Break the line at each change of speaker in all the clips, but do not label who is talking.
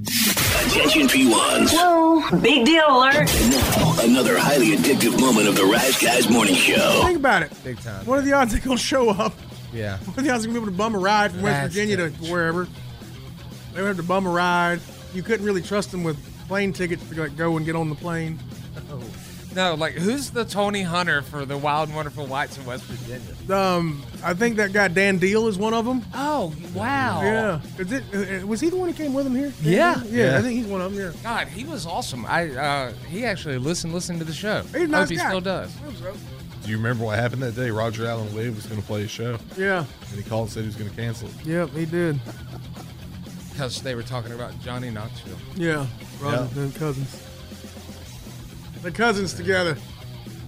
Attention P1s.
Whoa, big deal alert.
Now, another highly addictive moment of the Rash Guys Morning Show.
Think about it.
Big time.
What are the odds they're going to show up?
Yeah.
What are the odds they're going to be able to bum a ride from West
That's
Virginia to
it.
wherever? They would have to bum a ride. You couldn't really trust them with plane tickets to like, go and get on the plane.
No, like who's the Tony Hunter for the Wild and Wonderful Whites in West Virginia?
Um, I think that guy Dan Deal is one of them.
Oh wow!
Yeah. Is it, uh, was he the one who came with him here?
Yeah.
yeah.
Yeah.
I think he's one of them. Yeah.
God, he was awesome. I uh, he actually listened listened to the show.
He's a nice
Hope he
guy.
still does.
Hope so.
Do you remember what happened that day? Roger Allen Wade was going to play a show, and
Yeah.
he called and said he was going to cancel it.
Yep, he did.
Because they were talking about Johnny Knoxville.
Yeah. Roger
Yeah.
and cousins. The cousins together.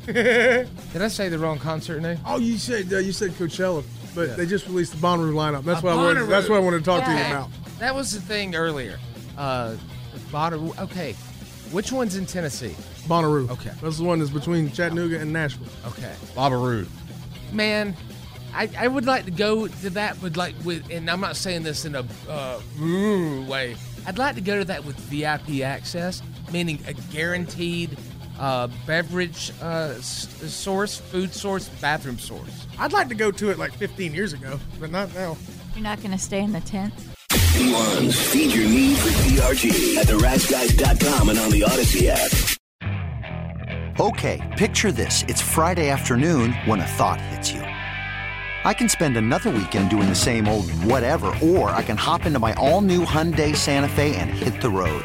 Did I say the wrong concert name?
Oh, you said uh, you said Coachella, but they just released the Bonnaroo lineup. That's
A
what I wanted.
Bonnaroo.
That's what I wanted to talk to you
Yeah.
about.
That was the thing earlier. Uh, the Bonnaroo. Okay, which one's in Tennessee?
Bonnaroo.
Okay.
That's the one that's between Chattanooga and Nashville.
Okay,
Baba Roode.
man, I, I would like to go to that, but like with, and I'm not saying this in a uh, ooh way. I'd like to go to that with VIP access, meaning a guaranteed uh, beverage uh, s- source, food source, bathroom source.
I'd like to go to it like 15 years ago, but not now.
You're not going to stay in the tent?
P1s, feed your need for DRG at therashguys.com and on the Odyssey app.
Okay, picture this. It's Friday afternoon when a thought hits you. I can spend another weekend doing the same old whatever, or I can hop into my all new Hyundai Santa Fe and hit the road.